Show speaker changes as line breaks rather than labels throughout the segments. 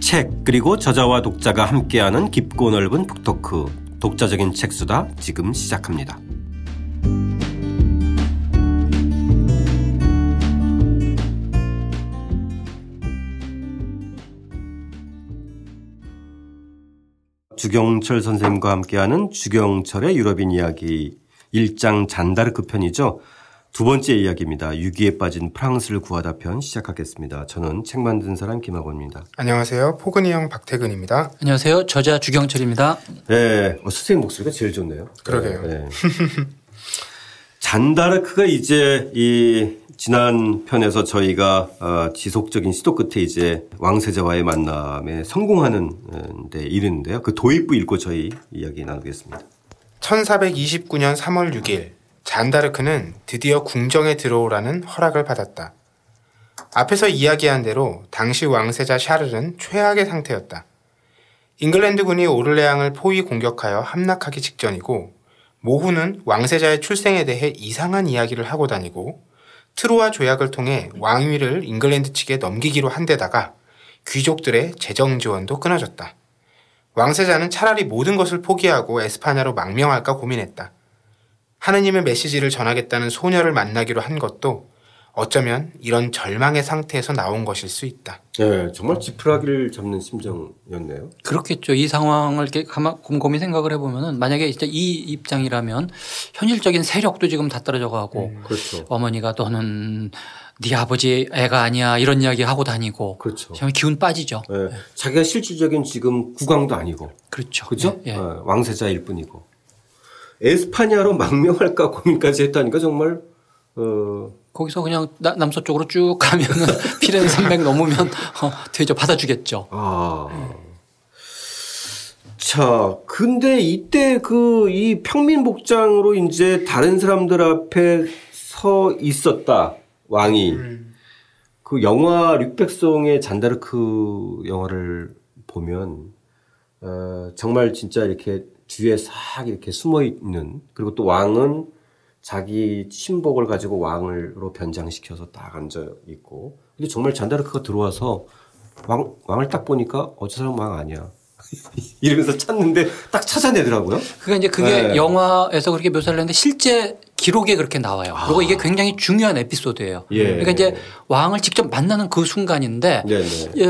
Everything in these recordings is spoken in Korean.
책 그리고 저자와 독자가 함께하는 깊고 넓은 북토크 독자적인 책수다 지금 시작합니다. 주경철 선생님과 함께하는 주경철의 유럽인 이야기 1장 잔다르크 그 편이죠. 두 번째 이야기입니다. 유기에 빠진 프랑스를 구하다 편 시작하겠습니다. 저는 책 만든 사람 김학원입니다.
안녕하세요. 포근이 형 박태근입니다.
안녕하세요. 저자 주경철입니다.
네, 어, 선생님 목소리가 제일 좋네요.
그러게요.
네. 잔다르크가 이제 이 지난 편에서 저희가 어, 지속적인 시도 끝에 이제 왕세자와의 만남에 성공하는 음, 데 이르는데요. 그 도입부 읽고 저희 이야기 나누겠습니다.
1429년 3월 6일 잔다르크는 드디어 궁정에 들어오라는 허락을 받았다. 앞에서 이야기한 대로 당시 왕세자 샤를은 최악의 상태였다. 잉글랜드군이 오를레앙을 포위 공격하여 함락하기 직전이고 모후는 왕세자의 출생에 대해 이상한 이야기를 하고 다니고 트로아 조약을 통해 왕위를 잉글랜드 측에 넘기기로 한 데다가 귀족들의 재정 지원도 끊어졌다. 왕세자는 차라리 모든 것을 포기하고 에스파냐로 망명할까 고민했다. 하느님의 메시지를 전하겠다는 소녀를 만나기로 한 것도 어쩌면 이런 절망의 상태에서 나온 것일 수 있다.
네, 정말 지푸라기를 잡는 심정이었네요.
그렇겠죠. 이 상황을 이렇게 가만- 곰곰이 생각을 해보면은 만약에 진짜 이 입장이라면 현실적인 세력도 지금 다 떨어져 가고
그렇죠.
어머니가 너는 네 아버지 애가 아니야 이런 이야기 하고 다니고
그렇죠.
정말 기운 빠지죠.
예, 자기가 실질적인 지금 국왕도 아니고
그렇죠.
그죠?
예. 예.
어, 왕세자일 뿐이고 에스파냐로 망명할까 고민까지 했다니까 정말 어,
거기서 그냥 나- 남서쪽으로 쭉 가면은 피렌 300 넘으면 어, 되죠. 받아주겠죠.
아. 자, 근데 이때 그 이 평민 복장으로 이제 다른 사람들 앞에 서 있었다. 왕이. 그 영화 류백송의 잔다르크 영화를 보면 어, 정말 진짜 이렇게 뒤에 싹 이렇게 숨어 있는 그리고 또 왕은 자기 신복을 가지고 왕을로 변장시켜서 딱 앉아 있고 근데 정말 잔다르크가 들어와서 왕, 왕을 딱 보니까 어저 사람 왕 아니야 이러면서 찾는데 딱 찾아내더라고요.
그러니까 이제 그게
네.
영화에서 그렇게 묘사를 했는데 실제 기록에 그렇게 나와요. 그리고 이게 굉장히 중요한 에피소드예요.
아. 예.
그러니까 이제 왕을 직접 만나는 그 순간인데,
네네.
예,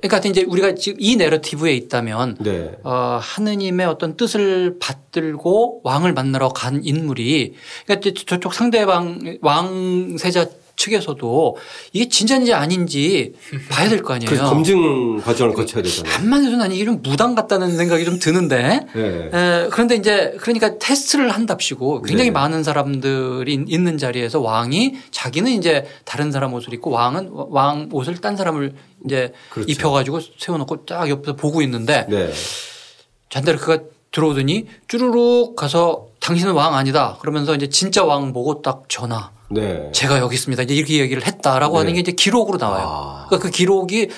그러니까 이제 우리가 지금 이 내러티브에 있다면
네.
어, 하느님의 어떤 뜻을 받들고 왕을 만나러 간 인물이 그러니까 이제 저쪽 상대방 왕세자 측에서도 이게 진짜인지 아닌지 봐야 될 거 아니에요.
그래서 검증 과정을 거쳐야 되잖아요.
반만 해서 난 이게 좀 무당 같다는 생각이 좀 드는데
네.
에, 예, 그런데 이제 그러니까 테스트를 한답시고
네.
굉장히 많은 사람들이 있는 자리에서 왕이 자기는 이제 다른 사람 옷을 입고 왕은 왕 옷을 딴 사람을 이제
그렇죠.
입혀가지고 세워놓고 쫙 옆에서 보고 있는데
네.
잔다르크가 들어오더니 쭈루룩 가서 당신은 왕 아니다 그러면서 이제 진짜 왕 보고 딱 전화
네.
제가 여기 있습니다 이제 이렇게 얘기를 했다라고
네.
하는 게 이제 기록으로 나와요.
아.
그러니까 그 기록이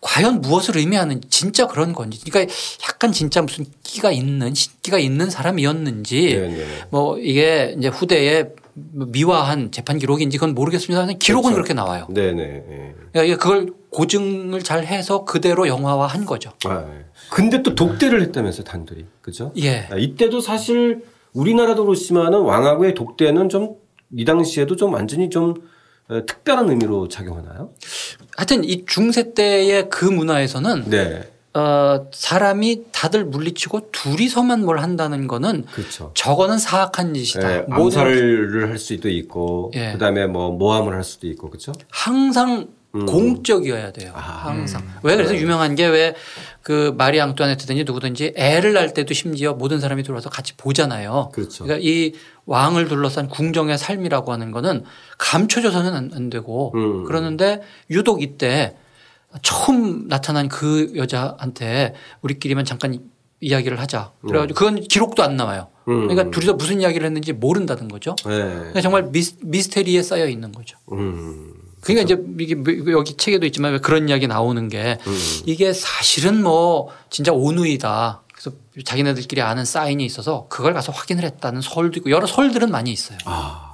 과연 무엇을 의미하는지 진짜 그런 건지 그러니까 약간 진짜 무슨 끼가 있는 신기가 있는 사람이었는지
네, 네, 네.
뭐 이게 이제 후대에 미화한 재판 기록인지 그건 모르겠습니다만 기록은 그렇게 나와요.
네, 네, 네.
그러니까 그걸 고증을 잘 해서 그대로 영화화한 거죠.
아, 예. 근데 또 독대를 했다면서 단둘이 그죠?
예.
아, 이때도 사실 우리나라도 그렇지만은 왕하고의 독대는 좀 이 당시에도 좀 완전히 좀 어, 특별한 의미로 작용하나요?
하여튼 이 중세 때의 그 문화에서는
네,
어 사람이 다들 물리치고 둘이서만 뭘 한다는 거는
그렇죠.
저거는 사악한 짓이다.
예,
모든
암살을 할 수도 있고,
예.
그다음에 뭐 모함을 할 수도 있고, 그렇죠?
항상
음. 아. 네.
공적이어야 돼요. 항상. 왜 그래서 유명한 게 왜 그 마리 앙뚜아네트든지 누구든지 애를 낳을 때도 심지어 모든 사람이 들어와서 같이 보잖아요.
그렇죠.
러니까이 왕을 둘러싼 궁정의 삶이라고 하는 거는 감춰져서는 안, 안 되고
음.
그러는데 유독 이때 처음 나타난 그 여자한테 우리끼리만 잠깐 이야기를 하자. 그래가지고 그건 기록도 안 나와요.
음.
그러니까 둘이서 무슨 이야기를 했는지 모른다는 거죠.
네.
그러니까 정말 미스, 미스테리에 쌓여 있는 거죠.
음,
그러니까 이제 이게 뭐- 여기 책에도 있지만 왜 그런 이야기 나오는 게
음.
이게 사실은 뭐 진짜 온누이다. 그래서 자기네들끼리 아는 사인이 있어서 그걸 가서 확인을 했다는 설도 있고 여러 설들은 많이 있어요.
아,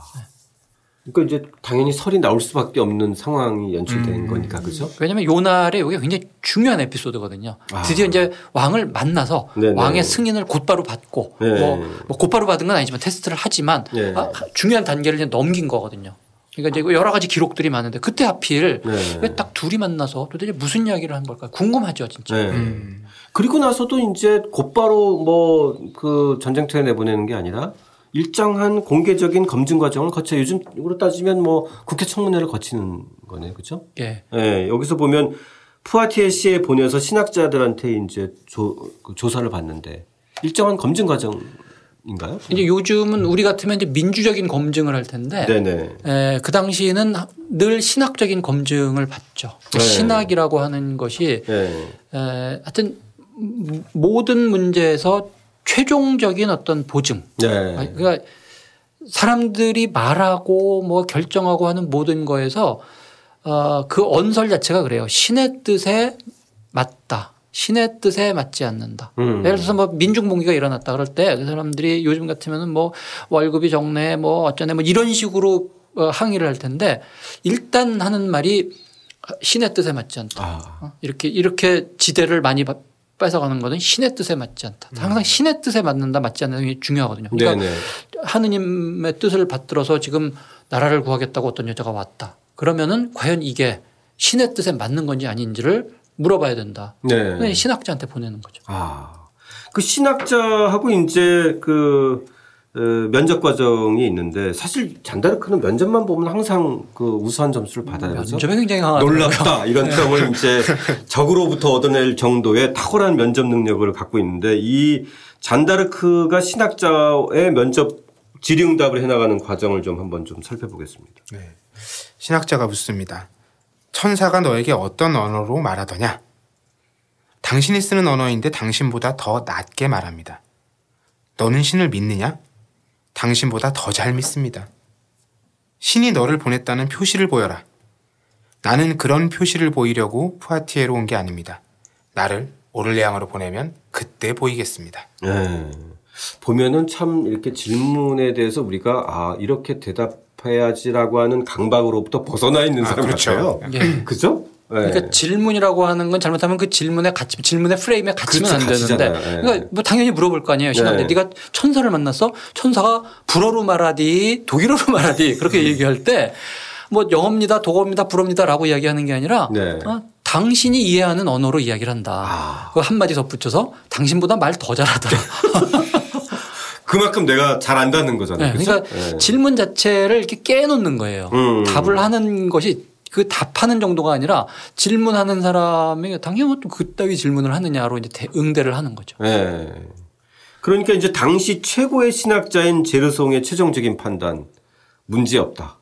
그러니까 이제 당연히 설이 나올 수밖에 없는 상황이 연출된
음.
거니까 그죠?
왜냐하면 요 날에 이게 굉장히 중요한 에피소드거든요.
아.
드디어 이제 왕을 만나서
네네.
왕의 승인을 곧바로 받고
네.
뭐, 뭐 곧바로 받은 건 아니지만 테스트를 하지만
네.
아, 중요한 단계를 이제 넘긴 거거든요. 그러니까 이제 여러 가지 기록들이 많은데 음. 그때 하필
네.
왜 딱 둘이 만나서 도대체 무슨 이야기를 한 걸까 궁금하죠 진짜.
네.
음.
그리고 나서도 이제 곧바로 뭐 그 전쟁터에 내보내는 게 아니라 일정한 공개적인 검증 과정을 거쳐 요즘으로 따지면 뭐 국회 청문회를 거치는 거네요, 그렇죠?
예.
예, 여기서 보면 푸아티에 시에 보내서 신학자들한테 이제 조, 그 조사를 받는데 일정한 검증 과정인가요?
이제 요즘은 우리 같으면 이제 민주적인 검증을 할 텐데
네네.
에, 그 당시에는 늘 신학적인 검증을 받죠.
네.
신학이라고 하는 것이
예.
에, 하여튼 음, 모든 문제에서 최종적인 어떤 보증. 아니,
네.
그러니까 사람들이 말하고 뭐 결정하고 하는 모든 거에서 어, 그 언설 자체가 그래요. 신의 뜻에 맞다. 신의 뜻에 맞지 않는다.
음.
예를 들어서 뭐 민중봉기가 일어났다 그럴 때 그 사람들이 요즘 같으면은 뭐 월급이 적네 뭐 어쩌네 뭐 이런 식으로 어, 항의를 할 텐데 일단 하는 말이 신의 뜻에 맞지 않다.
아,
어? 이렇게 이렇게 지대를 많이 바- 뺏어가는 거는 신의 뜻에 맞지 않다. 항상 신의 뜻에 맞는다, 맞지 않는다 이게 중요하거든요. 그러니까
음. 네네.
하느님의 뜻을 받들어서 지금 나라를 구하겠다고 어떤 여자가 왔다. 그러면은 과연 이게 신의 뜻에 맞는 건지 아닌지를 물어봐야 된다.
네.
그냥 신학자한테 보내는 거죠.
아, 그 신학자하고 이제 그 어, 면접 과정이 있는데 사실 잔다르크는 면접만 보면 항상 그 우수한 점수를 받아요. 그죠?
면접에 굉장히 강하다.
놀랍다 이런 점을 이제 적으로부터 얻어낼 정도의 탁월한 면접 능력을 갖고 있는데 이 잔다르크가 신학자의 면접 질의응답을 해나가는 과정을 좀 한번 좀 살펴보겠습니다.
네. 신학자가 묻습니다. 천사가 너에게 어떤 언어로 말하더냐? 당신이 쓰는 언어인데 당신보다 더 낮게 말합니다. 너는 신을 믿느냐? 당신보다 더 잘 믿습니다. 신이 너를 보냈다는 표시를 보여라. 나는 그런 표시를 보이려고 푸아티에로 온 게 아닙니다. 나를 오를레앙으로 보내면 그때 보이겠습니다.
예. 보면은 참 이렇게 질문에 대해서 우리가 아 이렇게 대답해야지라고 하는 강박으로부터 벗어나 있는
아,
사람
그렇죠.
같아요.
예.
그죠? 예.
그러니까 질문이라고 하는 건 잘못하면 그 질문에 갇히 질문의 프레임에 갇히면
그렇죠.
안 되는데
갇히잖아요. 예.
그러니까 뭐 당연히 물어볼 거 아니에요 신한테
네.
네. 가 천사를 만났어 천사가 불어로 말하디 독일어로 말하디 그렇게 얘기할 때 뭐 영어입니다 독어입니다 불어입니다라고 이야기하는 게 아니라
네.
어, 당신이 이해하는 언어로 이야기를 한다
아.
그 한마디 덧붙여서 당신보다 말 더 잘하더라
그만큼 내가 잘 안다는 거잖아요.
네,
그죠? 예.
그러니까 질문 자체를 이렇게 깨놓는 거예요.
음.
답을 하는 것이 그 답하는 정도가 아니라 질문하는 사람이 당연히 뭐또 그따위 질문을 하느냐로 이제 대- 응대를 하는 거죠.
예. 그러니까 이제 당시 최고의 신학자인 제르송의 최종적인 판단 문제 없다.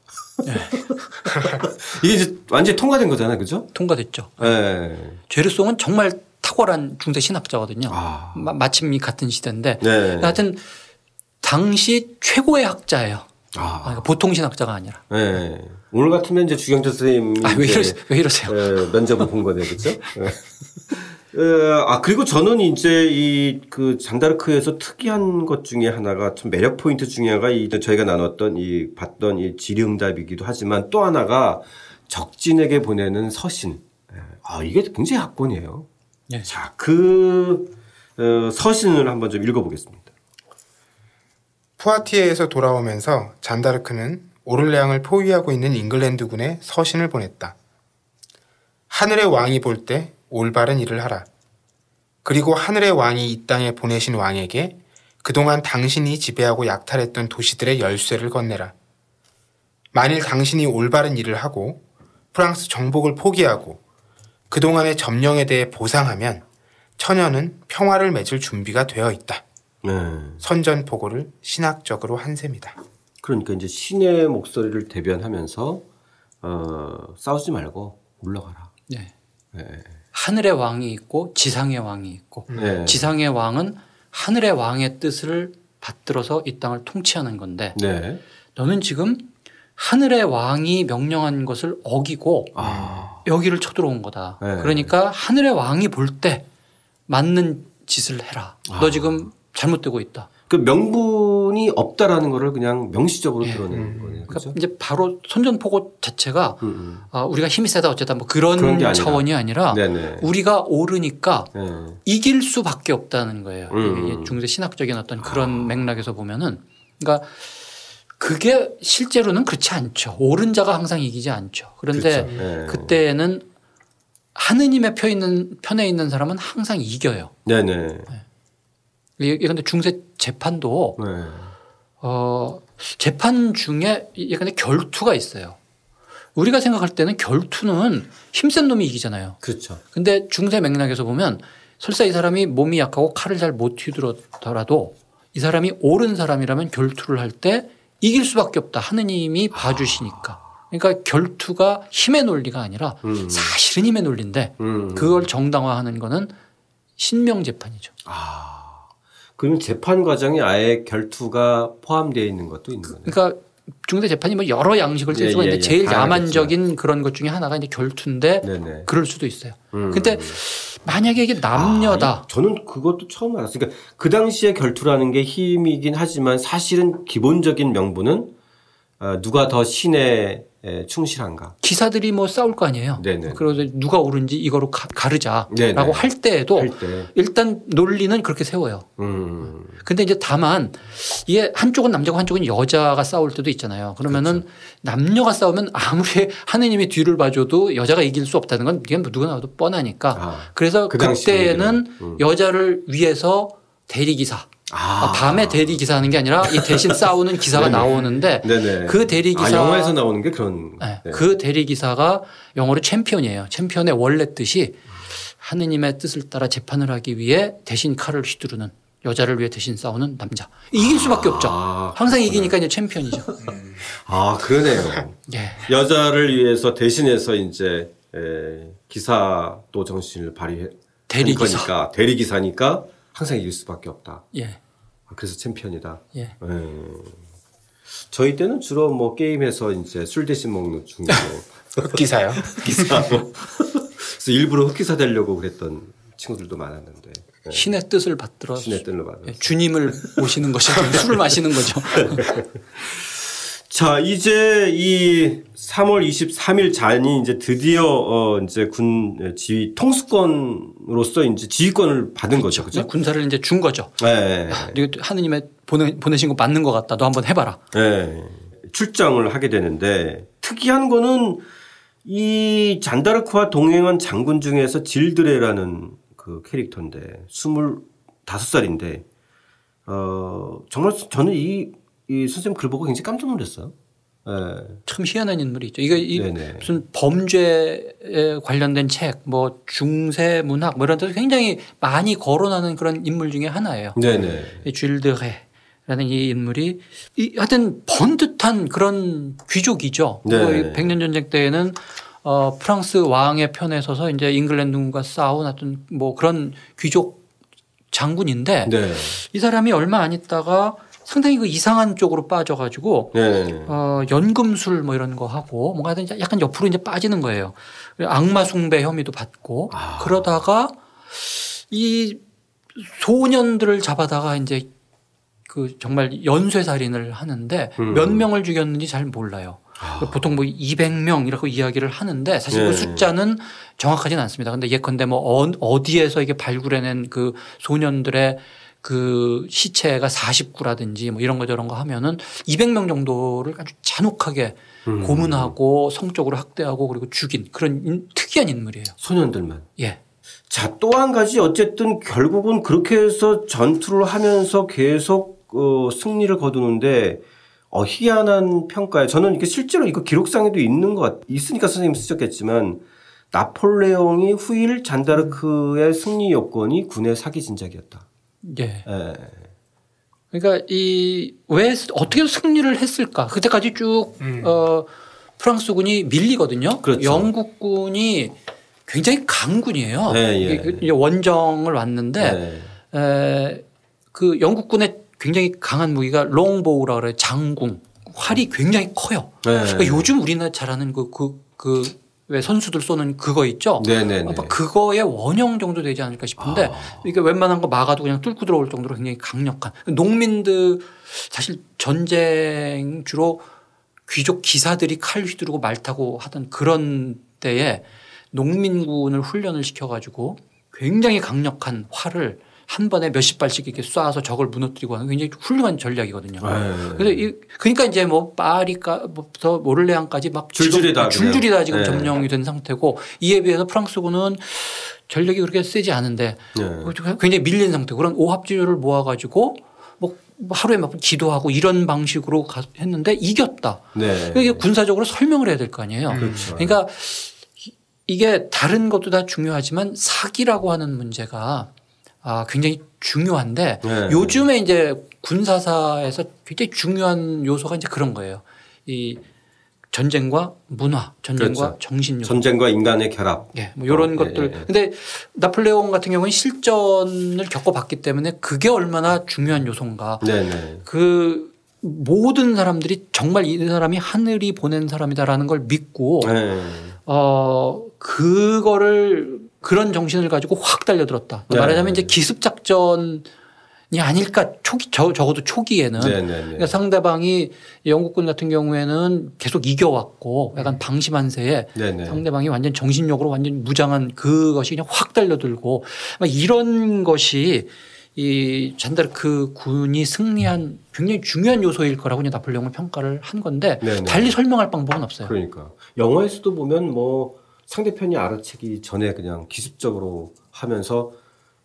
네.
이게 이제 완전히 통과된 거잖아요, 그죠?
통과됐죠.
예.
죄르송은 정말 탁월한 중세 신학자거든요.
아.
마- 마침 이 같은 시대인데
네.
하여튼 당시 최고의 학자예요. 아,
아.
그러니까 보통 신학자가 아니라.
예. 오늘 같으면 이제 주경철 선생님이
아, 왜,
이제,
이러세, 왜 이러세요?
예, 면접을 본 거네요, 그죠? 예. 예, 아, 그리고 저는 이제 이 그 잔다르크에서 특이한 것 중에 하나가 참 매력 포인트 중에 하나가 이 저희가 나눴던 이 봤던 이 질의응답이기도 하지만 또 하나가 적진에게 보내는 서신. 예. 아, 이게 굉장히 학권이에요.
예.
자, 그 어, 서신을 한번 좀 읽어보겠습니다.
푸아티에에서 돌아오면서 잔다르크는 오를레앙을 포위하고 있는 잉글랜드군에 서신을 보냈다. 하늘의 왕이 볼 때 올바른 일을 하라. 그리고 하늘의 왕이 이 땅에 보내신 왕에게 그동안 당신이 지배하고 약탈했던 도시들의 열쇠를 건네라. 만일 당신이 올바른 일을 하고 프랑스 정복을 포기하고 그동안의 점령에 대해 보상하면 처녀는 평화를 맺을 준비가 되어 있다.
네.
선전포고를 신학적으로 한 셈이다.
그러니까 이제 신의 목소리를 대변하면서 어, 싸우지 말고 물러가라.
네.
예.
하늘의 왕이 있고 지상의 왕이 있고
예.
음. 네. 지상의 왕은 하늘의 왕의 뜻을 받들어서 이 땅을 통치하는 건데
네.
너는 지금 하늘의 왕이 명령한 것을 어기고
아.
여기를 쳐들어온 거다.
네.
그러니까 하늘의 왕이 볼 때 맞는 짓을 해라.
아.
너 지금 잘못되고 있다.
그 명분이 손이 없다라는 거를 그냥 명시적으로 드러내는
음.
거네요.
그러니까
그렇죠?
이제 바로 손전포고 자체가
음, 음.
아, 우리가 힘이 세다 어쨌다 뭐 그런,
그런 게 아니라.
차원이 아니라
네네.
우리가 오르니까
네.
이길 수밖에 없다는 거예요.
음. 아.
이게 중세 신학적인 어떤 그런 맥락에서 보면은 그러니까 그게 실제로는 그렇지 않죠. 옳은 자가 항상 이기지 않죠. 그런데
그렇죠. 네.
그때는 하느님의 편 있는 편에 있는 사람은 항상 이겨요.
네네.
예, 근데 중세 재판도
네.
어 재판 중에 예컨대 결투가 있어요. 우리가 생각할 때는 결투는 힘센 놈이 이기잖아요.
그렇죠.
근데 중세 맥락에서 보면 설사 이 사람이 몸이 약하고 칼을 잘 못 휘두르더라도 이 사람이 옳은 사람이라면 결투를 할 때 이길 수밖에 없다. 하느님이 봐주시니까. 그러니까 결투가 힘의 논리가 아니라
음.
사실은 힘의 논리인데
음.
그걸 정당화하는 거는 신명 재판이죠.
아. 그럼 재판 과정에 아예 결투가 포함되어 있는 것도 있는 거네요.
그러니까 중세 재판이 뭐 여러 양식을 쓸
예,
수가
예,
있는데
예.
제일
다양하겠지만.
야만적인 그런 것 중에 하나가 이제 결투인데
네네.
그럴 수도 있어요.
음.
근데 만약에 이게
아,
남녀다.
이- 저는 그것도 처음 알았어요. 그러니까 그 당시에 결투라는 게 힘이긴 하지만 사실은 기본적인 명분은 어, 누가 더 신에 에, 충실한가.
기사들이 뭐 싸울 거 아니에요.
네네.
그래서 누가 옳은지 이거로 가, 가르자라고
네네.
할 때에도
할 때.
일단 논리는 그렇게 세워요.
음.
근데 이제 다만 이게 한쪽은 남자고 한쪽은 여자가 싸울 때도 있잖아요. 그러면은
그렇죠.
남녀가 싸우면 아무리 하느님이 뒤를 봐줘도 여자가 이길 수 없다는 건 이게 누가 나와도 뻔하니까.
아.
그래서
그
그
당시
때는
얘기는. 음.
여자를 위해서 대리기사. 아, 밤에 대리기사 하는 게 아니라 이 대신 싸우는 기사가
네네.
나오는데
네네.
그 대리기사
아, 영화에서 나오는 게 그런.
네.
네.
그 대리기사가 영어로 챔피언이에요. 챔피언의 원래 뜻이 하느님의 뜻을 따라 재판을 하기 위해 대신 칼을 휘두르는 여자를 위해 대신 싸우는 남자. 이길 수밖에 없죠.
아,
항상 이기니까 이제 챔피언이죠.
아, 그러네요.
예.
여자를 위해서 대신해서 이제 에, 기사도 정신을 발휘해.
대리기사.
거니까, 대리기사니까 항상 이길 수밖에 없다.
예.
아, 그래서 챔피언이다.
예.
음. 저희 때는 주로 뭐 게임에서 이제 술 대신 먹는 중이고
그 흑기사요.
흑기사하고 뭐. 그래서 일부러 흑기사 되려고 그랬던 친구들도 많았는데 네.
신의 뜻을 받들어
신의 뜻로 받아.
예. 주님을 모시는 것이 아니라 술을 마시는 거죠.
자 이제 이 3월 23일 잔이 이제 드디어 어 이제 군 지휘 통수권으로서 이제 지휘권을 받은 거죠, 그죠?
군사를 이제 준 거죠.
네.
이거 하느님의 보내, 보내신 거 맞는 것 같다. 너 한번 해봐라.
예, 출장을 하게 되는데 특이한 거는 이 잔다르크와 동행한 장군 중에서 질드레라는 그 캐릭터인데 25살인데 어 정말 저는 이, 이 선생님 글 보고 굉장히 깜짝 놀랐어요. 예.
참 희한한 인물이죠. 이게 이
네네.
무슨 범죄에 관련된 책, 뭐 중세 문학 뭐 이런 데서 굉장히 많이 거론하는 그런 인물 중에 하나예요.
네네.
이 쥘드헤라는 이 인물이 이 하여튼 번듯한 그런 귀족이죠.
네.
거의 백년 전쟁 때에는 어 프랑스 왕의 편에 서서 이제 잉글랜드군과 싸운 하여튼 뭐 그런 귀족 장군인데
네.
이 사람이 얼마 안 있다가 상당히 그 이상한 쪽으로 빠져가지고
네.
어, 연금술 뭐 이런 거 하고 뭔가 하여튼 이제 약간 옆으로 이제 빠지는 거예요. 악마 숭배 혐의도 받고
아.
그러다가 이 소년들을 잡아다가 이제 그 정말 연쇄 살인을 하는데
음.
몇 명을 죽였는지 잘 몰라요. 보통 뭐 200명이라고 이야기를 하는데 사실
네.
그 숫자는 정확하진 않습니다. 근데 예컨대 뭐 어- 어디에서 이게 발굴해낸 그 소년들의 그 시체가 49라든지 뭐 이런 거 저런 거 하면은 200명 정도를 아주 잔혹하게
음.
고문하고 성적으로 학대하고 그리고 죽인 그런 인- 특이한 인물이에요.
소년들만.
예.
자, 또 한 가지 어쨌든 결국은 그렇게 해서 전투를 하면서 계속 어, 승리를 거두는데 어, 희한한 평가에 저는 이게 실제로 이거 기록상에도 있는 것 같, 있으니까 선생님 쓰셨겠지만 나폴레옹이 후일 잔다르크의 승리 요건이 군의 사기 진작이었다.
예.
예.
그러니까 이 왜 어떻게 승리를 했을까? 그때까지 쭉 어, 프랑스군이 밀리거든요.
음. 그렇죠.
영국군이 굉장히 강군이에요.
예, 예.
이게 그 이제 원정을 왔는데
예.
에, 그 영국군의 굉장히 강한 무기가 롱보우라 그래요. 장궁. 활이 굉장히 커요.
예.
그러니까 요즘 우리나라 잘하는 그, 그, 그 왜 선수들 쏘는 그거 있죠?
네네네. 아,
아마 그거의 원형 정도 되지 않을까 싶은데 이게 그러니까 웬만한 거 막아도 그냥 뚫고 들어올 정도로 굉장히 강력한 농민들 사실 전쟁 주로 귀족 기사들이 칼 휘두르고 말 타고 하던 그런 때에 농민군을 훈련을 시켜가지고 굉장히 강력한 활을 한 번에 몇십 발씩 이렇게 쏴서 적을 무너뜨리고 하는 굉장히 훌륭한 전략이거든요.
네.
그래서 이, 그러니까 이제 뭐 파리부터 모를레앙까지 막
줄줄이
지금
다 그냥.
줄줄이 다 지금
네.
점령이 된 상태고 이에 비해서 프랑스군은 전력이 그렇게 세지 않은데
네.
굉장히 밀린 상태. 그런 오합지졸을 모아가지고 뭐 하루에 몇 번 기도하고 이런 방식으로 가- 했는데 이겼다.
네.
그러니까 이게 군사적으로 설명을 해야 될 거 아니에요.
그렇죠.
그러니까 이- 이게 다른 것도 다 중요하지만 사기라고 하는 문제가 아, 굉장히 중요한데
네.
요즘에 이제 군사사에서 굉장히 중요한 요소가 이제 그런 거예요. 이 전쟁과 문화, 전쟁과
그렇죠.
정신 요소.
전쟁과 인간의 결합.
예, 뭐 이런
어, 예,
것들.
예, 예.
근데 나폴레옹 같은 경우는 실전을 겪어봤기 때문에 그게 얼마나 중요한 요소인가.
네네.
그 모든 사람들이 정말 이 사람이 하늘이 보낸 사람이다라는 걸 믿고
네.
어 그거를 그런 정신을 가지고 확 달려들었다.
네.
말하자면 이제 기습 작전이 아닐까 초기 저, 적어도 초기에는
네네네.
그러니까 상대방이 영국군 같은 경우에는 계속 이겨왔고 약간 방심한 새에
네네.
상대방이 완전 정신력으로 완전 무장한 그것이 그냥 확 달려들고 막 이런 것이 이 잔다르크 그 군이 승리한 굉장히 중요한 요소일 거라고 이제 나폴레옹을 평가를 한 건데
네네.
달리 설명할 방법은 없어요.
그러니까 영화에서도 보면 뭐 상대편이 알아채기 전에 그냥 기습적으로 하면서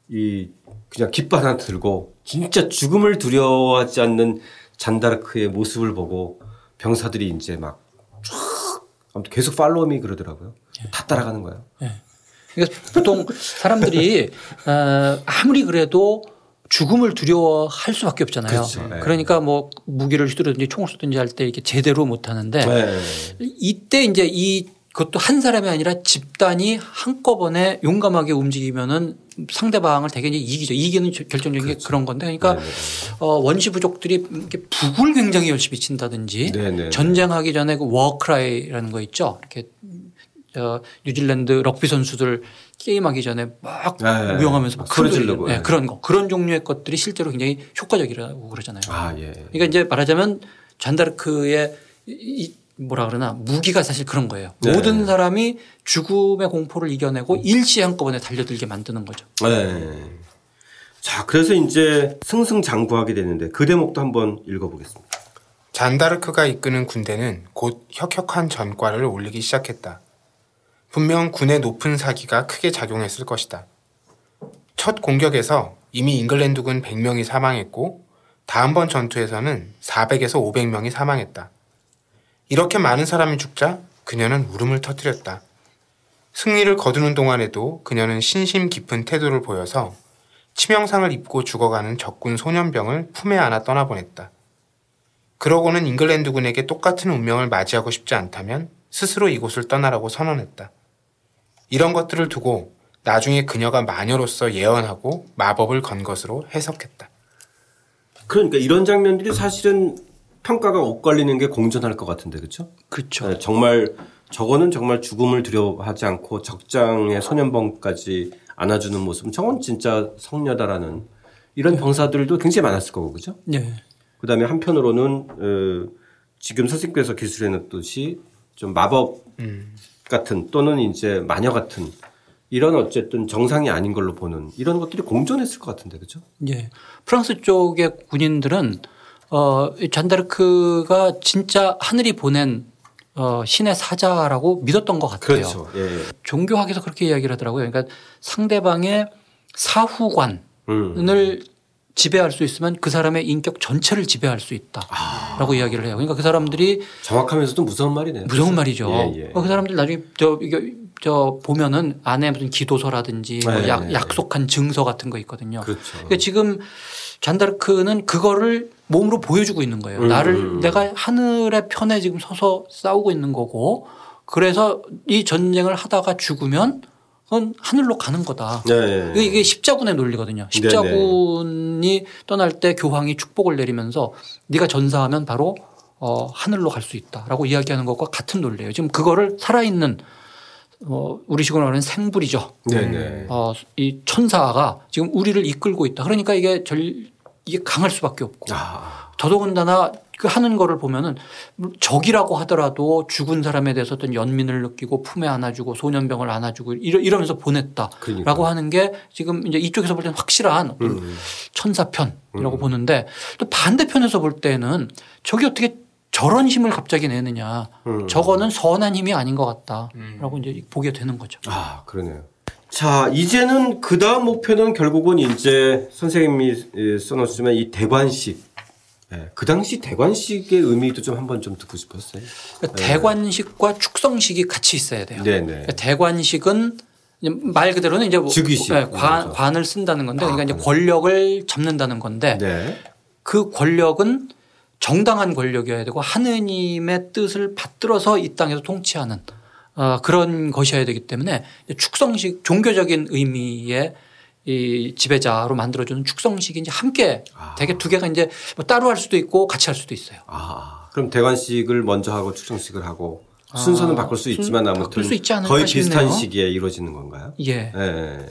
이 그냥 깃발 하나 들고 진짜 죽음을 두려워하지 않는 잔다르크의 모습을 보고 병사들이 이제 막 쫙 아무튼 계속 팔로우미 그러더라고요. 다 따라가는 거예요.
그러니까 보통 사람들이 어, 아무리 그래도 죽음을 두려워할 수밖에 없잖아요.
그렇죠. 네.
그러니까뭐 무기를 휘두르든지 총을 쏘든지 할 때 이렇게 제대로 못 하는데
네.
이때 이제 이 그것도 한 사람이 아니라 집단이 한꺼번에 용감하게 움직이면은 상대방을 되게 이제 이기죠. 이기는 저- 결정적인
그렇죠.
게 그런 건데 그러니까
네.
어, 원시 부족들이 이렇게 북을 굉장히 열심히 친다든지
네네.
전쟁하기 전에 그 워크라이라는 거 있죠. 이렇게 저 뉴질랜드 럭비 선수들 게임하기 전에 막
네.
무용하면서 막
소리
큰 소리
지르고.
네,
네.
그런 거 그런 종류의 것들이 실제로 굉장히 효과적이라고 그러잖아요.
아 예.
그러니까 이제 말하자면 잔다르크의 이- 이 뭐라 그러나 무기가 사실 그런 거예요.
네.
모든 사람이 죽음의 공포를 이겨내고 일시 한꺼번에 달려들게 만드는 거죠.
네. 자 그래서 이제 승승장구하게 되는데 그 대목도 한번 읽어보겠습니다.
잔다르크가 이끄는 군대는 곧 혁혁한 전과를 올리기 시작했다. 분명 군의 높은 사기가 크게 작용했을 것이다. 첫 공격에서 이미 잉글랜드군 100명이 사망했고 다음번 전투에서는 400에서 500명이 사망했다. 이렇게 많은 사람이 죽자 그녀는 울음을 터뜨렸다. 승리를 거두는 동안에도 그녀는 신심 깊은 태도를 보여서 치명상을 입고 죽어가는 적군 소년병을 품에 안아 떠나보냈다. 그러고는 잉글랜드군에게 똑같은 운명을 맞이하고 싶지 않다면 스스로 이곳을 떠나라고 선언했다. 이런 것들을 두고 나중에 그녀가 마녀로서 예언하고 마법을 건 것으로 해석했다.
그러니까 이런 장면들이 사실은 평가가 엇갈리는 게 공존할 것 같은데 그렇죠?
그렇죠.
네, 정말 저거는 정말 죽음을 두려워하지 않고 적장의 소년범까지 안아주는 모습. 저건 진짜 성녀다라는 이런 병사들도 굉장히 많았을 거고 그죠?
네.
그다음에 한편으로는 어, 지금 선생님께서 기술해놨듯이 좀 마법
음.
같은 또는 이제 마녀 같은 이런 어쨌든 정상이 아닌 걸로 보는 이런 것들이 공존했을 것 같은데 그죠?
예. 프랑스 쪽의 군인들은 어, 이 잔다르크가 진짜 하늘이 보낸 어, 신의 사자라고 믿었던 것 같아요.
예. 예.
종교학에서 그렇게 이야기를 하더라고요. 그러니까 상대방의 사후관을
음.
지배할 수 있으면 그 사람의 인격 전체를 지배할 수 있다라고 이야기를 해요. 그러니까 그 사람들이
정확하면서도 아. 네, 무서운 말이네요.
무서운 말이죠.
예, 예.
그 사람들 나중에 저 이게 저 보면은 안에 무슨 기도서라든지 뭐
네,
약,
네, 네.
약속한 증서 같은 거 있거든요.
그렇죠.
그러니까 지금 잔다르크는 그거를 몸으로 보여주고 있는 거예요.
음.
나를 내가 하늘의 편에 지금 서서 싸우고 있는 거고 그래서 이 전쟁을 하다가 죽으면 그건 하늘로 가는 거다.
네.
예. 그 이게- 이게 십자군의 논리거든요.
네네.
십자군이 떠날 때 교황이 축복을 내리면서 네가 전사하면 바로 어, 하늘로 갈 수 있다라고 이야기하는 것과 같은 논리예요. 지금 그거를 살아있는 어, 우리식으로 말하는 생불이죠.
네네.
어, 이 천사가 지금 우리를 이끌고 있다. 그러니까 이게 절 이게 강할 수밖에 없고
아,
더더군다나 그 하는 거를 보면은 적이라고 하더라도 죽은 사람에 대해서 어떤 연민을 느끼고 품에 안아주고 소년병을 안아주고 이러, 이러면서 보냈다라고
그러니까.
하는 게 지금 이제 이쪽에서 볼 때는 확실한 어떤
음.
천사편이라고 보는데 또 반대편에서 볼 때는 저게 어떻게 저런 힘을 갑자기 내느냐
음.
저거는 선한 힘이 아닌 것 같다라고 이제 보게 되는 거죠.
아, 그러네요. 자, 이제는 그 다음 목표는 결국은 이제 선생님이 예, 써놓으시면 이 대관식. 예, 그 당시 대관식의 의미도 좀 한번 좀 듣고 싶었어요.
그러니까
네.
대관식과 축성식이 같이 있어야 돼요.
네네.
그러니까 대관식은 이제 말 그대로는 이제 뭐-
즉위식.
네, 관,
그래서.
관을 쓴다는 건데
아,
그러니까 이제 권력을 잡는다는 건데
네.
그 권력은 정당한 권력이어야 되고 하느님의 뜻을 받들어서 이 땅에서 통치하는 어, 그런 것이어야 되기 때문에 축성식 종교적인 의미의 이 지배자로 만들어주는 축성식이 이제 함께
아.
되게 두 개가 이제 뭐 따로 할 수도 있고 같이 할 수도 있어요.
아, 그럼 대관식을 먼저 하고 축성식을 하고 순서는 바꿀 수
아, 순-
있지만 아무튼
바꿀 수 있지 않을까
거의 비슷한
싶네요.
시기에 이루어지는 건가요?
예.
예.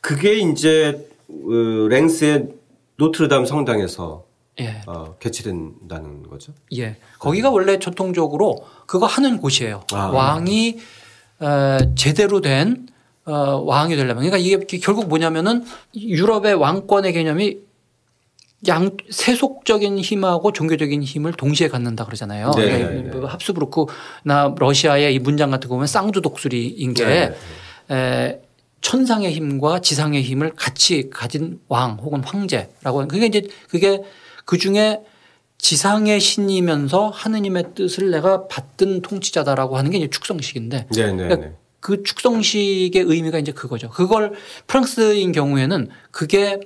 그게 이제 어, 랭스의 노트르담 성당에서
예.
어, 개최된다는 거죠.
예. 거기가 원래 전통적으로 그거 하는 곳이에요.
아.
왕이 어, 제대로 된 어, 왕이 되려면 그러니까 이게 기- 결국 뭐냐면은 유럽의 왕권의 개념이 양 세속적인 힘하고 종교적인 힘을 동시에 갖는다 그러잖아요.
네,
그러니까
네, 네.
뭐 합스부르크나 러시아의 이 문장 같은 거 보면 쌍두독수리인 게
네,
에, 천상의 힘과 지상의 힘을 같이 가진 왕 혹은 황제라고 하는 그게 이제 그게 그 중에 지상의 신이면서 하느님의 뜻을 내가 받든 통치자다라고 하는 게 이제 축성식인데
네, 네,
그러니까
네.
그 축성식의 의미가 이제 그거죠. 그걸 프랑스인 경우에는 그게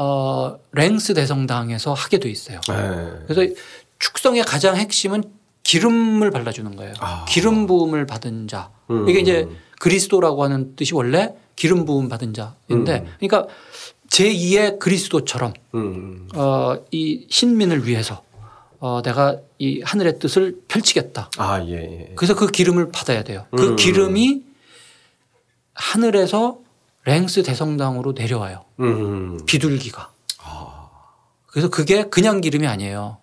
어 랭스 대성당에서 하게 돼 있어요.
네.
그래서 축성의 가장 핵심은 기름을 발라주는 거예요.
아.
기름 부음을 받은 자.
음.
이게 이제 그리스도라고 하는 뜻이 원래 기름 부음 받은 자인데, 그러니까 제 2의 그리스도처럼
음.
어, 이 신민을 위해서 어, 내가 이 하늘의 뜻을 펼치겠다.
아, 예, 예.
그래서 그 기름을 받아야 돼요. 그
음.
기름이 하늘에서 랭스 대성당으로 내려와요.
음.
비둘기가. 그래서 그게 그냥 기름이 아니에요.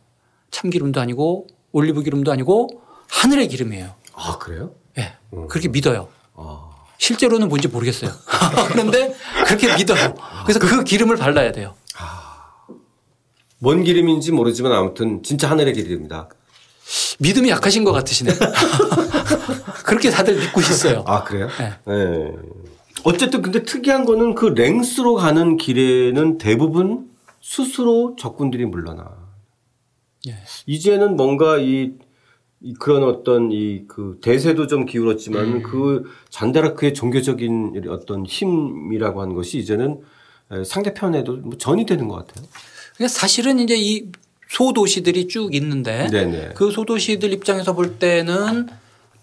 참기름도 아니고 올리브 기름도 아니고 하늘의 기름이에요.
아, 그래요?
예. 그렇게 믿어요.
아.
실제로는 뭔지 모르겠어요. 그런데 그렇게 믿어요. 그래서 그 기름을 발라야 돼요.
뭔 기름인지 모르지만 아무튼 진짜 하늘의 기름입니다.
믿음이 약하신 것 같으시네. 그렇게 다들 믿고 있어요.
아, 그래요?
네.
네. 어쨌든 근데 특이한 거는 그 랭스로 가는 길에는 대부분 스스로 적군들이 물러나.
예.
이제는 뭔가 이, 이 그런 어떤 이 그 대세도 좀 기울었지만
음.
그 잔다라크의 종교적인 어떤 힘이라고 하는 것이 이제는 에, 상대편에도 뭐 전이 되는 것 같아요.
그러니까 사실은 이제 이 소도시들이 쭉 있는데
네네.
그 소도시들 입장에서 볼 때는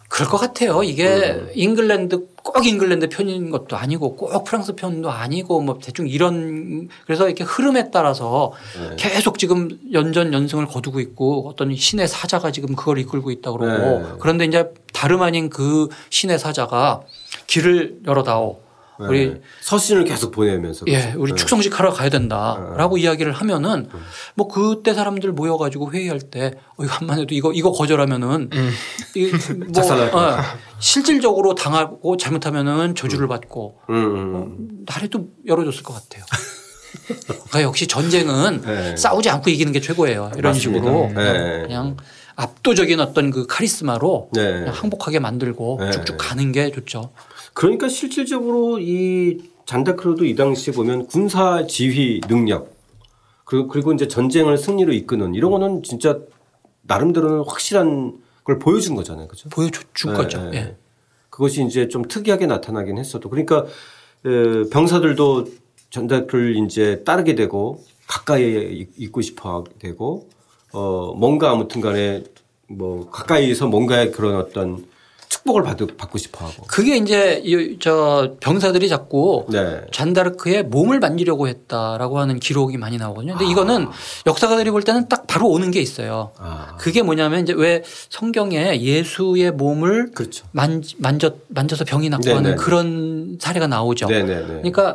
그럴 것 같아요. 이게
음.
잉글랜드 꼭 잉글랜드 편인 것도 아니고 꼭 프랑스 편도 아니고 뭐 대충 이런 그래서 이렇게 흐름에 따라서
네.
계속 지금 연전 연승을 거두고 있고 어떤 신의 사자가 지금 그걸 이끌고 있다 그러고
네.
그런데 이제 다름 아닌 그 신의 사자가 길을 열어다오 우리
네. 서신을 계속 보내면서.
예,
그렇죠?
우리
네.
축성식 하러 가야 된다라고
예,
이야기를 하면은
음.
뭐 그때 사람들 모여가지고 회의할 때 어, 이거 한만 해도 이거 이거 거절하면은 이뭐
음.
어,
작살날 것
실질적으로 당하고 잘못하면은 저주를 받고
음, 음, 음.
나래도 열어줬을 것 같아요. 그러니까 역시 전쟁은
네.
어? 싸우지 않고 이기는 게 최고예요. 이런
맞습니다.
식으로
네.
그냥 압도적인 어떤 그 카리스마로
네.
그냥 항복하게 만들고
네.
쭉쭉 가는 게 좋죠.
그러니까 실질적으로 이 잔다크로도 이 당시에 보면 군사 지휘 능력 그리고, 그리고 이제 전쟁을 승리로 이끄는 이런 거는 진짜 나름대로는 확실한 걸 보여준 거잖아요. 그죠?
보여준
예,
거죠.
예.
예.
그것이 이제 좀 특이하게 나타나긴 했어도 그러니까 에, 병사들도 전달표를 이제 따르게 되고 가까이에 있- 있고 싶어 하게 되고 어 뭔가 아무튼 간에 뭐 가까이에서 뭔가의 그런 어떤 축복을 받, 받고 싶어 하고.
그게 이제 이- 저 병사들이 자꾸
네.
잔다르크의 몸을 만지려고 했다라고 하는 기록이 많이 나오거든요. 근데 이거는 역사가들이 볼 때는 딱 바로 오는 게 있어요.
아.
그게 뭐냐면 이제 왜 성경에 예수의 몸을
그렇죠.
만, 만져, 만져서 병이 났고
네네.
하는 그런 사례가 나오죠.
네네네.
그러니까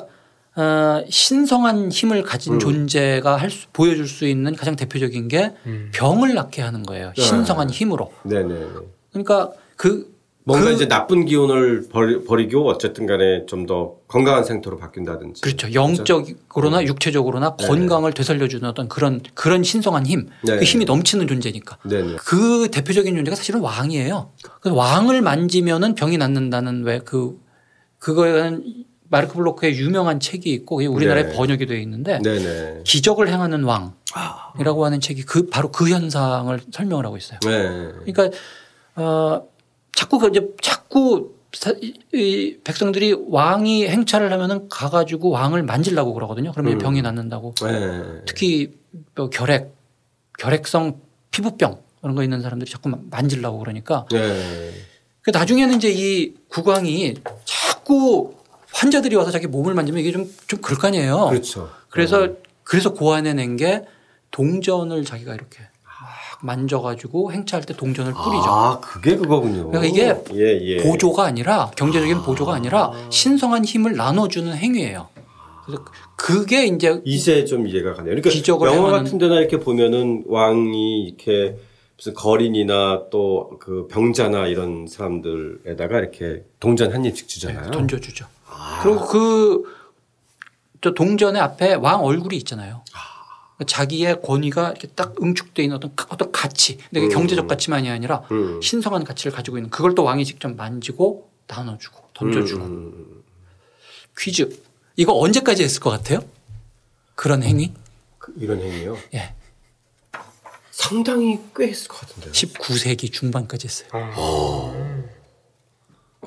어, 신성한 힘을 가진
음.
존재가 할 수- 보여줄 수 있는 가장 대표적인 게 병을 낫게 하는 거예요.
음. 네.
신성한 힘으로.
네네.
그러니까 그
뭔가
그-
이제 나쁜 기운을 버리, 버리고 어쨌든 간에 좀 더 건강한 생토로 바뀐다든지.
그렇죠. 영적으로나 육체적으로나
네.
건강을 되살려주는 어떤 그런 그런 신성한 힘,
네.
그 힘이 넘치는 존재니까.
네네.
그 대표적인 존재가 사실은 왕이에요. 그 왕을 만지면은 병이 낫는다는 왜 그 그거는 마르크 블로크의 유명한 책이 있고 그게 우리나라에
네.
번역이 되어 있는데
네네. 아.
기적을 행하는 왕이라고 하는 책이 그 바로 그 현상을 설명을 하고 있어요.
네.
그러니까 어 자꾸 그 이제 자꾸 사- 이- 이 백성들이 왕이 행차를 하면은 가가지고 왕을 만지려고 그러거든요. 그러면
음.
병이 낫는다고.
네.
특히 뭐 결핵, 결핵성 피부병 그런 거 있는 사람들이 자꾸 만- 만지려고 그러니까.
네.
그 나중에는 이제 이 국왕이 자꾸 환자들이 와서 자기 몸을 만지면 이게 좀 좀 그럴 거 아니에요.
그렇죠.
어. 그래서 그래서 고안해낸 게 동전을 자기가 이렇게 막 만져가지고 행차할 때 동전을 뿌리죠.
아, 그게 그거군요.
그러니까 이게
예, 예.
보조가 아니라 경제적인 보조가 아니라 신성한 힘을 나눠주는 행위예요. 그래서 그게 이제
이제 좀 이해가 가네요. 그러니까
기적을
영화
행하는-
같은 데나 이렇게 보면은 왕이 이렇게 무슨 거린이나 또 그 병자나 이런 사람들에다가 이렇게 동전 한 입씩
네, 그
주잖아요.
던져주죠. 그리고 그 저 동전의 앞에 왕 얼굴이 있잖아요. 자기의 권위가 이렇게 딱 응축돼 있는 어떤 어떤 가치, 근데 그게
음.
경제적 가치만이 아니라
음.
신성한 가치를 가지고 있는 그걸 또 왕이 직접 만지고 나눠주고 던져주고
음.
퀴즈 이거 언제까지 했을 것 같아요? 그런 행위?
그- 이런 행위요.
예,
상당히 꽤 했을 것 같은데요.
19세기 중반까지 했어요.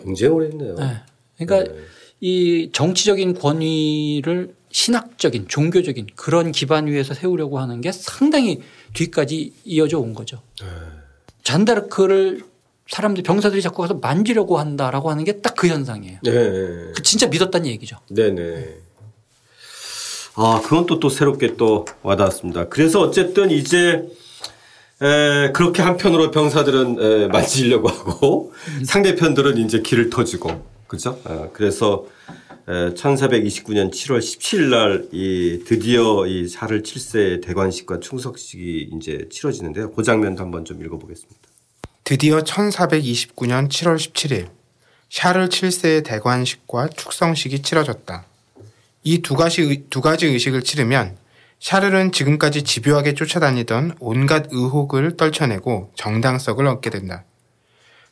굉장히 오래 했네요.
네. 그러니까
네.
이 정치적인 권위를 신학적인, 종교적인 그런 기반 위에서 세우려고 하는 게 상당히 뒤까지 이어져 온 거죠. 잔다르크를 사람들 이 병사들이 자꾸 가서 만지려고 한다라고 하는 게 딱 그 현상이에요.
네.
그 진짜 믿었다는 얘기죠.
네네. 아, 그건 또, 또 새롭게 또 와닿았습니다. 그래서 어쨌든 이제, 에, 그렇게 한편으로 병사들은 에, 만지려고 하고 상대편들은 이제 길을 터주고, 그죠? 어, 그래서 에, 1429년 7월 17일 날 이, 드디어 이 사를 7세 대관식과 충석식이 이제 치러지는데요. 그 장면도 한번 좀 읽어보겠습니다.
드디어 1429년 7월 17일 샤를 7세의 대관식과 축성식이 치러졌다. 이 두 가지, 두 가지 의식을 치르면 샤를은 지금까지 집요하게 쫓아다니던 온갖 의혹을 떨쳐내고 정당성을 얻게 된다.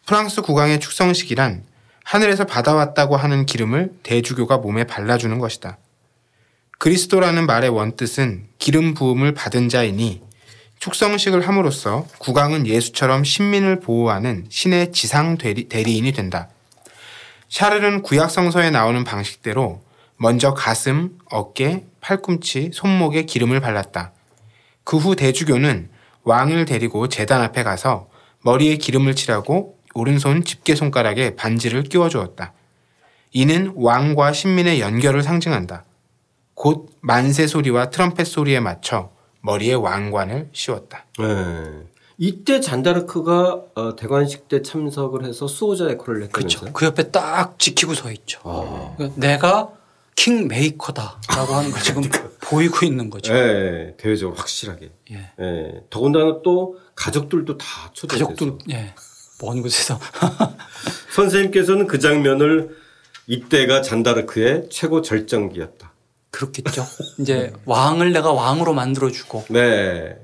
프랑스 국왕의 축성식이란 하늘에서 받아왔다고 하는 기름을 대주교가 몸에 발라주는 것이다. 그리스도라는 말의 원뜻은 기름 부음을 받은 자이니 축성식을 함으로써 국왕은 예수처럼 신민을 보호하는 신의 지상 대리, 인이 된다. 샤를은 구약 성서에 나오는 방식대로 먼저 가슴, 어깨, 팔꿈치, 손목에 기름을 발랐다. 그 후 대주교는 왕을 데리고 제단 앞에 가서 머리에 기름을 칠하고 오른손 집게 손가락에 반지를 끼워 주었다. 이는 왕과 신민의 연결을 상징한다. 곧 만세 소리와 트럼펫 소리에 맞춰 머리에 왕관을 씌웠다.
네. 이때 잔다르크가 어, 대관식 때 참석을 해서 수호자 역할을 했다면서요?
그렇죠. 그 옆에 딱 지키고 서 있죠.
아.
그러니까 내가 킹 메이커다라고 하는 걸 지금 보이고 있는 거죠.
예, 대외적으로 확실하게.
예.
예. 더군다나 또 가족들도 다 초대돼서.
가족들 예. 먼 곳에서
선생님께서는 그 장면을 이때가 잔다르크의 최고 절정기였다.
그렇겠죠. 이제 왕을 내가 왕으로 만들어주고
네.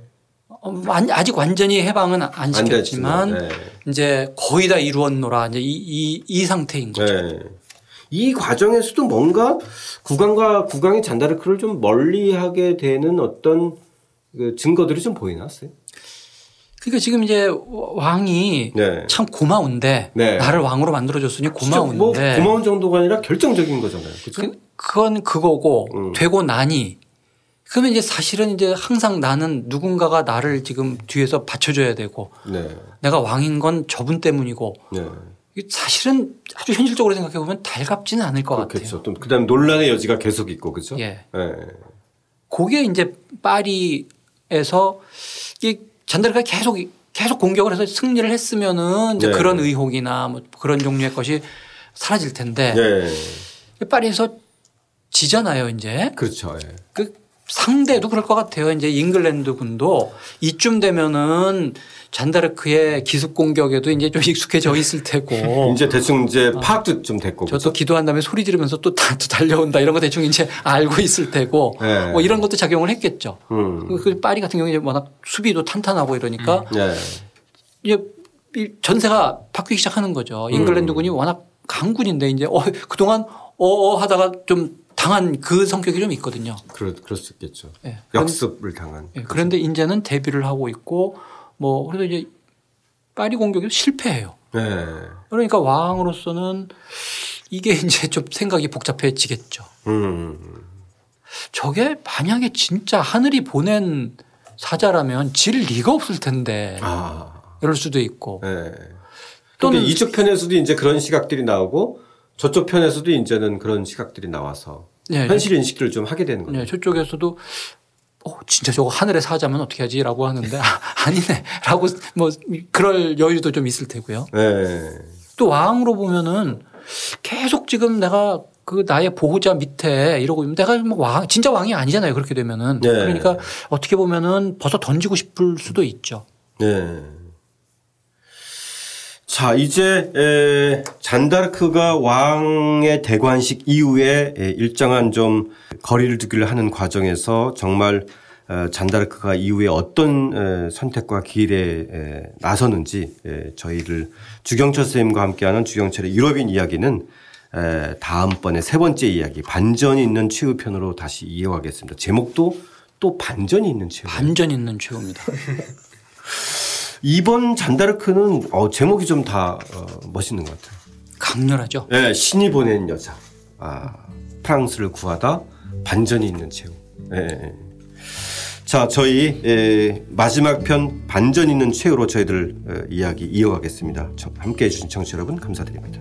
어, 완- 아직 완전히 해방은 안
안 됐지만,
시켰지만
네.
이제 거의 다 이루었노라 이제 이, 이, 이 상태인 거죠.
네. 이 과정에서도 뭔가 구강과 구강이 잔다르크를 좀 멀리하게 되는 어떤 그 증거들이 좀 보이나요?
그러니까 지금 이제 와- 왕이
네.
참 고마운데
네.
나를 왕으로 만들어줬으니
진짜
고마운데
뭐 고마운 정도가 아니라 결정적인 거잖아요. 그렇죠?
그, 그건 그거고
음.
되고 나니 그러면 이제 사실은 이제 항상 나는 누군가가 나를 지금 뒤에서 받쳐줘야 되고
네.
내가 왕인 건 저분 때문이고
네.
이게 사실은 아주 현실적으로 생각해 보면 달갑지는 않을 것
그렇겠죠. 또 그다음 논란의 여지가 계속 있고 그죠?
같아요. 예.
예.
그게 이제 파리에서 이 잔다르가 계속 계속 공격을 해서 승리를 했으면은 이제
네.
그런 의혹이나 뭐 그런 종류의 것이 사라질 텐데
예.
파리에서 지잖아요 이제
그렇죠. 예.
그 상대도 그럴 것 같아요. 이제 잉글랜드 군도 이쯤 되면은 잔다르크의 기습 공격에도 이제 좀 익숙해져 있을 테고.
어. 이제 대충 이제 파악도 좀 됐고.
저도 기도한 다음에 소리 지르면서 또, 다, 또 달려온다 이런 거 대충 이제 알고 있을 테고
네.
뭐 이런 것도 작용을 했겠죠.
음.
그- 그 파리 같은 경우에 이제 워낙 수비도 탄탄하고 이러니까
예.
이제 이 전세가 바뀌기 시작하는 거죠. 잉글랜드군이 워낙 강군인데 이제 어, 그동안 어어 하다가 좀 당한 그 성격이 좀 있거든요.
그렇 그럴 수 있겠죠.
예. 그런-
역습을 당한.
예, 그런데 이제는 데뷔를 하고 있고 뭐 그래서 이제 파리 공격이 실패해요.
예.
그러니까 왕으로서는 이게 이제 좀 생각이 복잡해지겠죠.
음.
저게 만약에 진짜 하늘이 보낸 사자라면 질 리가 없을 텐데
아.
이럴 수도 있고
예.
또는
또는 이쪽 편에서도 이제 그런 시각들이 나오고 저쪽 편에서도 이제는 그런 시각들이 나와서
예,
현실 인식들을 좀 하게 되는 거죠.
예, 저쪽에서도 어, 진짜 저거 하늘의 사자면 어떻게 하지라고 하는데 아, 아니네라고 뭐 그럴 여유도 좀 있을 테고요.
예.
또 왕으로 보면은 계속 지금 내가 그 나의 보호자 밑에 이러고 있는 내가 뭐 왕, 진짜 왕이 아니잖아요. 그렇게 되면은.
네.
그러니까 어떻게 보면은 벗어 던지고 싶을 수도 있죠.
네. 자, 이제 에, 잔다르크가 왕의 대관식 이후에 에, 일정한 좀 거리를 두기를 하는 과정에서 정말 어, 잔다르크가 이후에 어떤 에, 선택과 길에 에, 나서는지 에, 저희를 주경철 선생님과 함께하는 주경철의 유럽인 이야기는 에, 다음번에 세 번째 이야기 반전이 있는 최후 편으로 다시 이어가겠습니다. 제목도 또 반전이 있는 최후.
반전 있는 최후입니다.
이번 잔다르크는 어, 제목이 좀 다 어, 멋있는 것 같아요.
강렬하죠.
예, 신이 보낸 여자. 아, 프랑스를 구하다 반전이 있는 최후. 예, 예. 자, 저희 예, 마지막 편 반전 있는 최후로 저희들 어, 이야기 이어가겠습니다. 저- 함께해 주신 청취자 여러분 감사드립니다.